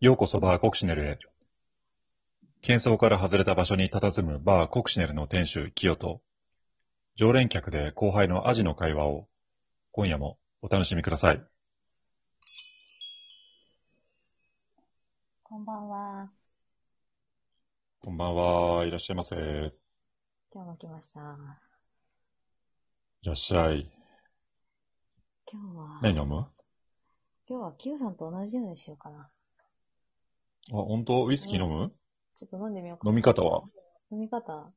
ようこそバーコクシネルへ。喧騒から外れた場所に佇むバーコクシネルの店主、キヨと、常連客で後輩のアジの会話を、今夜もお楽しみください。こんばんは。こんばんは、いらっしゃいませ。い今日も来ました。らっしゃい。今日は、何飲むあ、今日はキヨさんと同じようにしようかな。本当ウイスキー飲むちょっと飲んでみようかな。飲み方は飲み方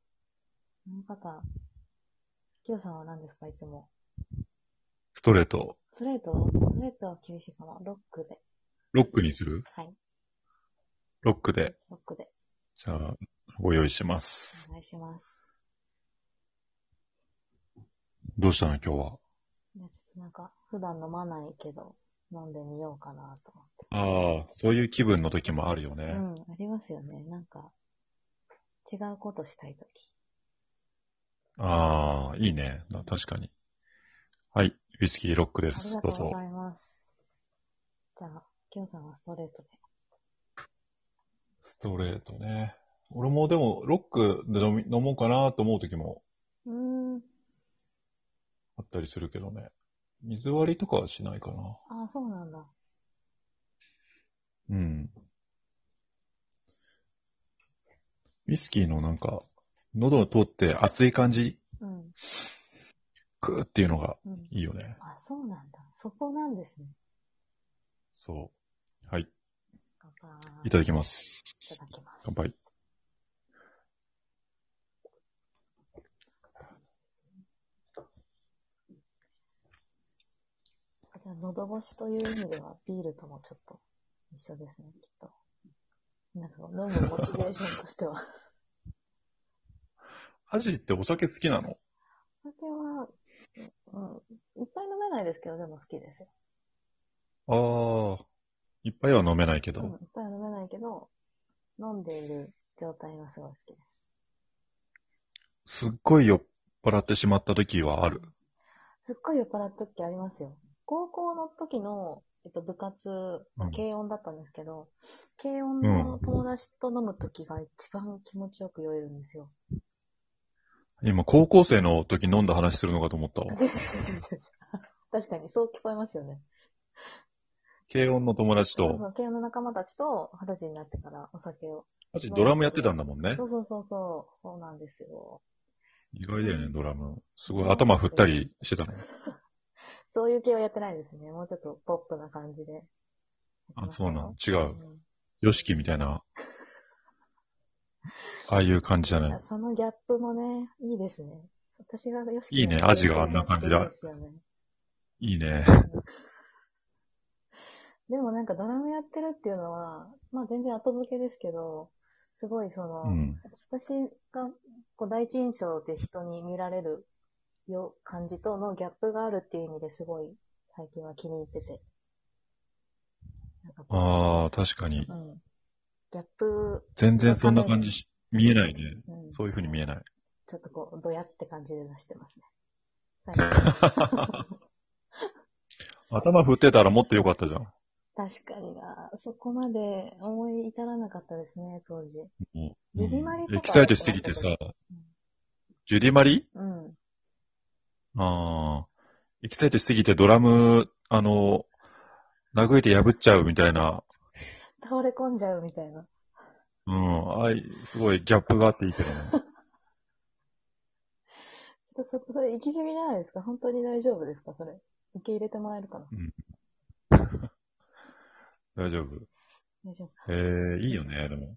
飲み方。キヨさんは何ですか、いつも。ストレート。ストレートストレートは厳しいかな。ロックで。ロックにするはい。ロックで。ロックで。じゃあ、ご用意しますお。願いします。どうしたの今日は。いやちょっとなんか、普段飲まないけど、飲んでみようかなと思って。ああ、そういう気分の時もあるよね。うん、ありますよね。なんか、違うことしたいとき。ああ、いいね。な確かに。はい。ウイスキーロックでありす。がどとうぞうご。ざいます。じゃあ、キヨさんはストレートで。ストレートね。俺もでも、ロックで飲み飲もうかなと思う時もうーん。あったりするけどね。水割りとかはしないかな。あ、そうなんだ。うん。ウイスキーのなんか、喉を通って熱い感じ、うん。クーっていうのがうん。いいよね。あ、そうなんだ。そこなんですね。そう。はい。乾杯。いただきます。いただきます。乾杯。じゃあ、喉越しという意味では、ビールともちょっと一緒ですね、きっと。なんか、飲むモチベーションとしては。アジってお酒好きなのお酒は、うん、いっぱい飲めないですけど、でも好きですよ。ああ。いっぱいは飲めないけうど。ん、いっぱいは飲めないけど、飲んでいる状態がすごい好きです。すっごい酔っ払ってしまった時はある。すっごい酔っ払った時ありますよ。高校の時の、えっと、部活うん、軽音だったんですけど、軽音の友達と飲む時が一番気持ちよく酔えるんですよ。今、高校生の時飲んだ話するのかと思ったわ。違う違う違 う違う。確かに、そう聞こえますよね。軽音の友達そと。う、軽音の仲間たちと二十歳になってからお酒を。マジドラムやってたんだもんねそ。うそうそうそう、そうなんですよ。意外だよね、ドラム。すごい頭振ったりしてたの。そういう系はやってないですね。もうちょっとポップな感じで。あ、そうなの。違うう。ヨシキみたいな。ああいう感じじゃない。そのギャップもね、いいですね。私がよしいいねアジがあんな感じだですよね。いいね。 でもなんかドラムやってるっていうのは、まあ全然後付けですけど、すごいその、うん。私がこう第一印象で人に見られるよ感じとのギャップがあるっていう意味ですごい最近は気に入ってて。なんかこああ、確かにう、。うん。ギャップ、全然そんな感じし、見えないね。うん、そういう風に見えない。 ちょっとこう、ドヤって感じで出してますね。最近頭振ってたらもっと良かったじゃん。確かにな、そこまで思い至らなかったですね、当時。もうジュディマリとうかんエキサイトしすぎてさん、ジュディマリうん。ああ、エキサイトしすぎてドラム、あの、殴いて破っちゃうみたいな、倒れ込んじゃうみたいな。うん、あい、すごいギャップがあっていいけどね。ちょっとそこ、それ行き過ぎじゃないですか本当に大丈夫ですかそれ。受け入れてもらえるかな大丈夫。大丈夫かええいいよね、でも。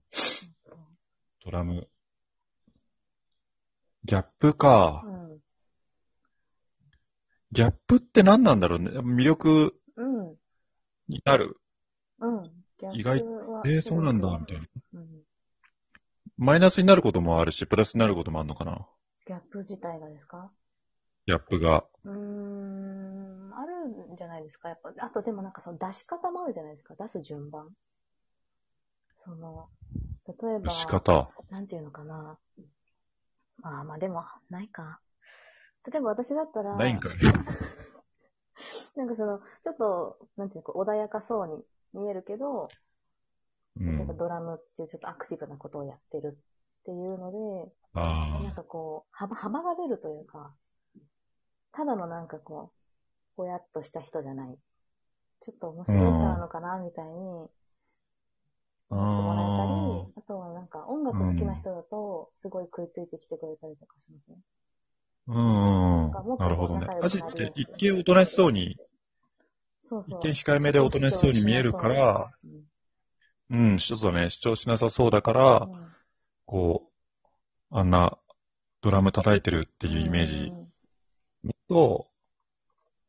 ドラム。ギャップかう。ん。ギャップって何なんだろうね。魅力うん。になる。うん。ギャップ意外はええそうなんだ、みたいな。うん。マイナスになることもあるし、プラスになることもあるのかな。ギャップ自体がですかギャップが。うーん。あるんじゃないですかやっぱ。あとでもなんかその出し方もあるじゃないですか出す順番。その、例えば。仕方。なんていうのかな。まあまあでも、ないか。例えば私だったら、ないんかい。なんかその、ちょっと、なんていうか、穏やかそうに見えるけど、うん。なんかドラムっていうちょっとアクティブなことをやってるっていうので、なんあかこう、幅、幅が出るというか、ただのなんかこう、ぼやっとした人じゃない。ちょっと面白い人なのかな、みたいに思あ。ってもらえあたり、あとはなんか音楽好きな人だと、すごい食いついてきてくれたりとかしますね。あ。うんなんかもっ。となるほどね仲良。くなアりジやっすいて一見おとなしそうに、そうそ一う。見控えめでおとなしそうに見えるから、うん、うん、ちょっとね、主張しなさそうだから、うんこう、あんなドラム叩いてるっていうイメージと、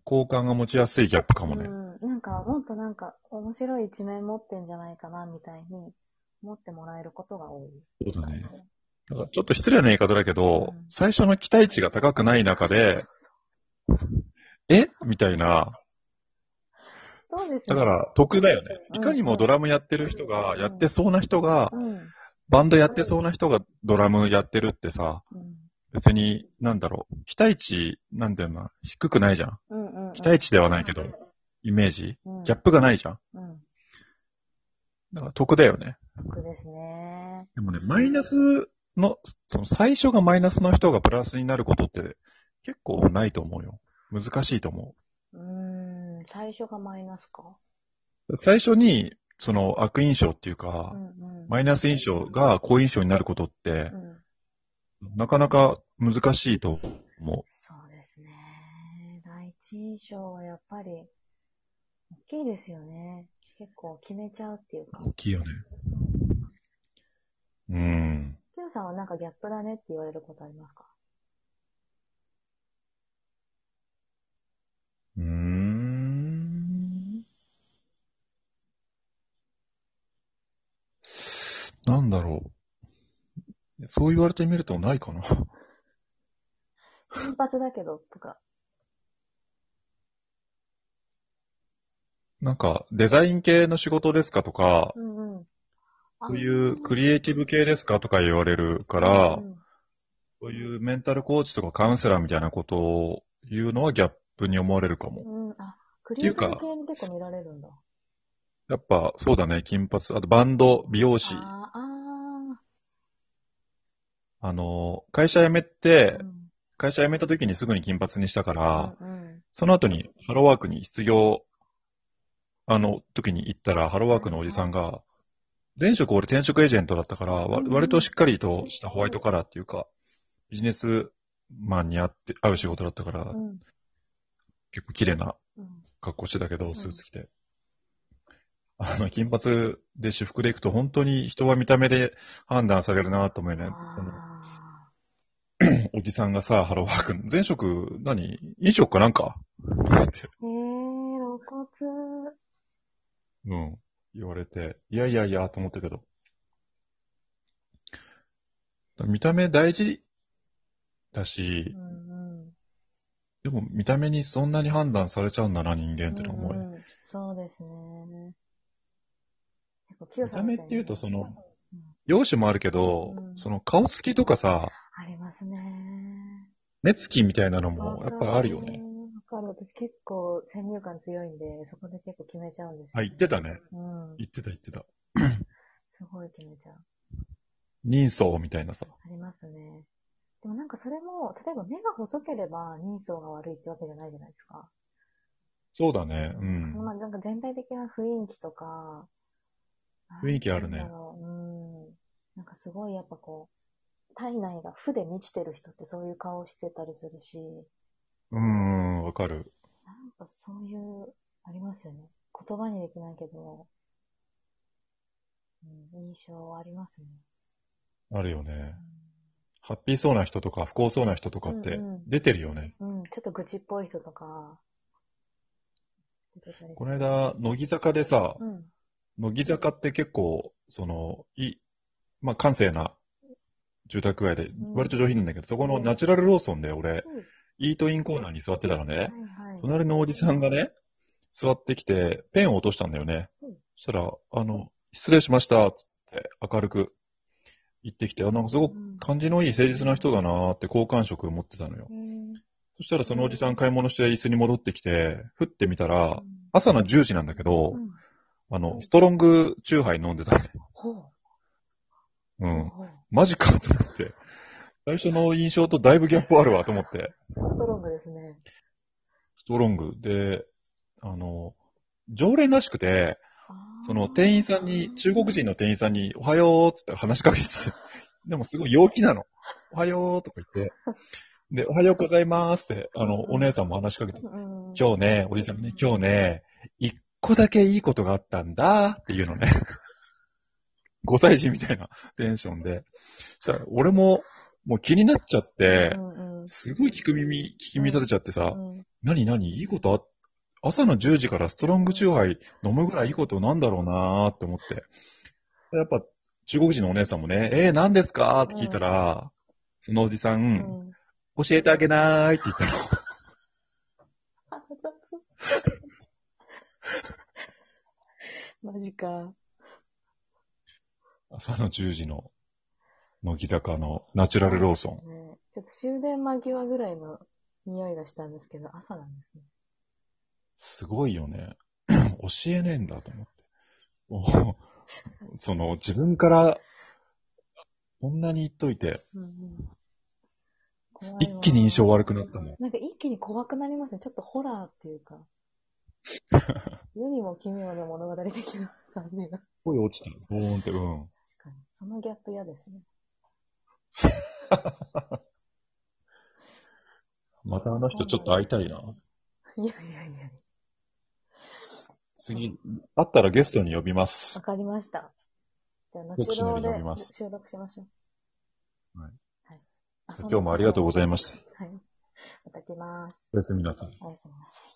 好感が持ちやすいギャップかもね。うん、なんか、もっとなんか、面白い一面持ってんじゃないかな、みたいに、思ってもらえることが多い。そうだね。だからちょっと失礼な言い方だけど、うん最初の期待値が高くない中で、えみたいな。そうそうそう、そうですだね。から、得だよね。うんいかにもドラムやってる人が、うんやってそうな人がう、ん、バンドやってそうな人がドラムやってるってさ、うん。別に、なんだろう、期待値、なんだよな、低くないじゃん。うんうんうん、期待値ではないけど、イメージ。うん、ギャップがないじゃん。うん、だから得だよね。得ですね。でもね、マイナスの、その最初がマイナスの人がプラスになることって結構ないと思うよ。難しいと思うーん、最初がマイナスか。う。最初に、その悪印象っていうかう、んうん。マイナス印象が好印象になることってう、ん、なかなか難しいと思そうですね。第一印象はやっぱり、大きいですよね。結構決めちゃうっていうかう。。大きいよね。うん。 Q さんはなんかギャップだねって言われることありますかうーん。なんだろう。そう言われてみるとないか な。金髪だけど、とか。なんか、デザイン系の仕事ですかとか、うんうん。そういうクリエイティブ系ですかとか言われるか、からうんそういうメンタルコーチとかカウンセラーみたいなことを言うのはギャップに思われるかも。うん、うん。あ、クリエイティブって系に結構見られるんだ。やっぱ、そうだね、金髪、あとバンド、美容師。ああーあの、会社辞めてー、う、ん会社辞めた時にすぐに金髪にしたから、うんその後にハローワークに失業、あの時に行ったら、ハローワークのおじさんが、前職俺転職エージェントだったから、わうん割としっかりとしたホワイトカラーっていうか、ビジネスマンに合って、合う仕事だったからう、ん。結構綺麗なうん。格好してたけんど、スーツ着て。あの、金髪で私服で行くと本当に人は見た目で判断されるなと思うよね。このあおじさんがさ、ハローワークの、前職何、飲食かなんかってーへえー、露骨。うん。言われて、いやいやいや、と思ったけど。見た目大事だしう、んうん。でも見た目にそんなに判断されちゃうんだな、人間ってのは思うようんうんそうですね。結構、キヨ見さたん目みったいにていうと、その、うん容姿もあるけどう、んその顔つきとかさ、ありますね。目つきみたいなのもやっぱあるよね。わかる。私結構先入観強いんで、そこで結構決めちゃうんですよあ、言ってたね。うん。言ってた言ってた。すごい決めちゃう。人相みたいなさ。ありますね。でもなんかそれも、例えば目が細ければ人相が悪いってわけじゃないじゃないですか。そうだね。うそのまん。あなんか全体的な雰囲気とか。雰囲気あるねなんだろう。うん。なんかすごいやっぱこう、体内が負で満ちてる人ってそういう顔してたりするし、うん、わかる。なんかそういう、ありますよね。言葉にできないけど、うん、印象はありますね。あるよね。ハッピーそうな人とか不幸そうな人とかってうんうん出てるよね。うん、ちょっと愚痴っぽい人とか、出てたりするこの間、乃木坂でさ、うん。乃木坂って結構、その、い、まあ、閑静な住宅街でん、割と上品なんだけど、そこのナチュラルローソンで俺、イートインコーナーに座ってたらはいね、はい。隣のおじさんがね、座ってきて、ペンを落としたんだよねうん。そしたら、あの、失礼しました、つって明るく言ってきて、あ、なんかすごく感じのいい誠実な人だなーって好感触を持ってたのよう。んそしたらそのおじさん買い物して椅子に戻ってきて、ふってみたうら、ん朝の10時なんだけどう、んあの、ストロングチューハイ飲んでたね。ほう。う。うんマジかと思って。最初の印象とだいぶギャップあるわと思って。ストロングですね。ストロング。で、あの、常連らしくて、あーその店員さんに、中国人の店員さんに、おはようって言ったら話しかけてて、 でもすごい陽気なの。おはようとか言って、で、おはようございますって、あの、お姉さんも話しかけて、うん。今日ね、おじさんがね、今日ね、一個だけいいことがあったんだっていうのね。5歳児みたいなテンションで。そしたら、俺も、もう気になっちゃってう、んうんすごい聞く耳、聞き乱れちゃってさ、うん何何いいことあ朝の10時からストロングチューハイ飲むぐらいいいことなんだろうなーって思って。やっぱ、中国人のお姉さんもね、えー、何ですかって聞いたら、そのおじさん、うん。教えてあげなーいって言ったの。あ雑マジか。朝の10時の乃木坂のナチュラルローソン。ねちょっと終電間際ぐらいの匂いがしたんですけど、朝なんですね。すごいよね。 教えねえんだと思ってもう。 その自分からこんなに言っといて、うんうん怖いわ一気に印象悪くなったもん。なんか一気に怖くなりますね。ちょっとホラーってい うか。世にも奇妙な物語的な感じが。声落ちた。ボーンって、うん。確かに。そのギャップ嫌ですね。またあの人ちょっと会いたいな。いやいやいや。次、会ったらゲストに呼びますわ。かりました。じゃあ、後僕ほど忍びまです収録しましょう。はい。はい、今日もありがとうございました。はい。また来ます。おやすみなさい。おやすみなさい。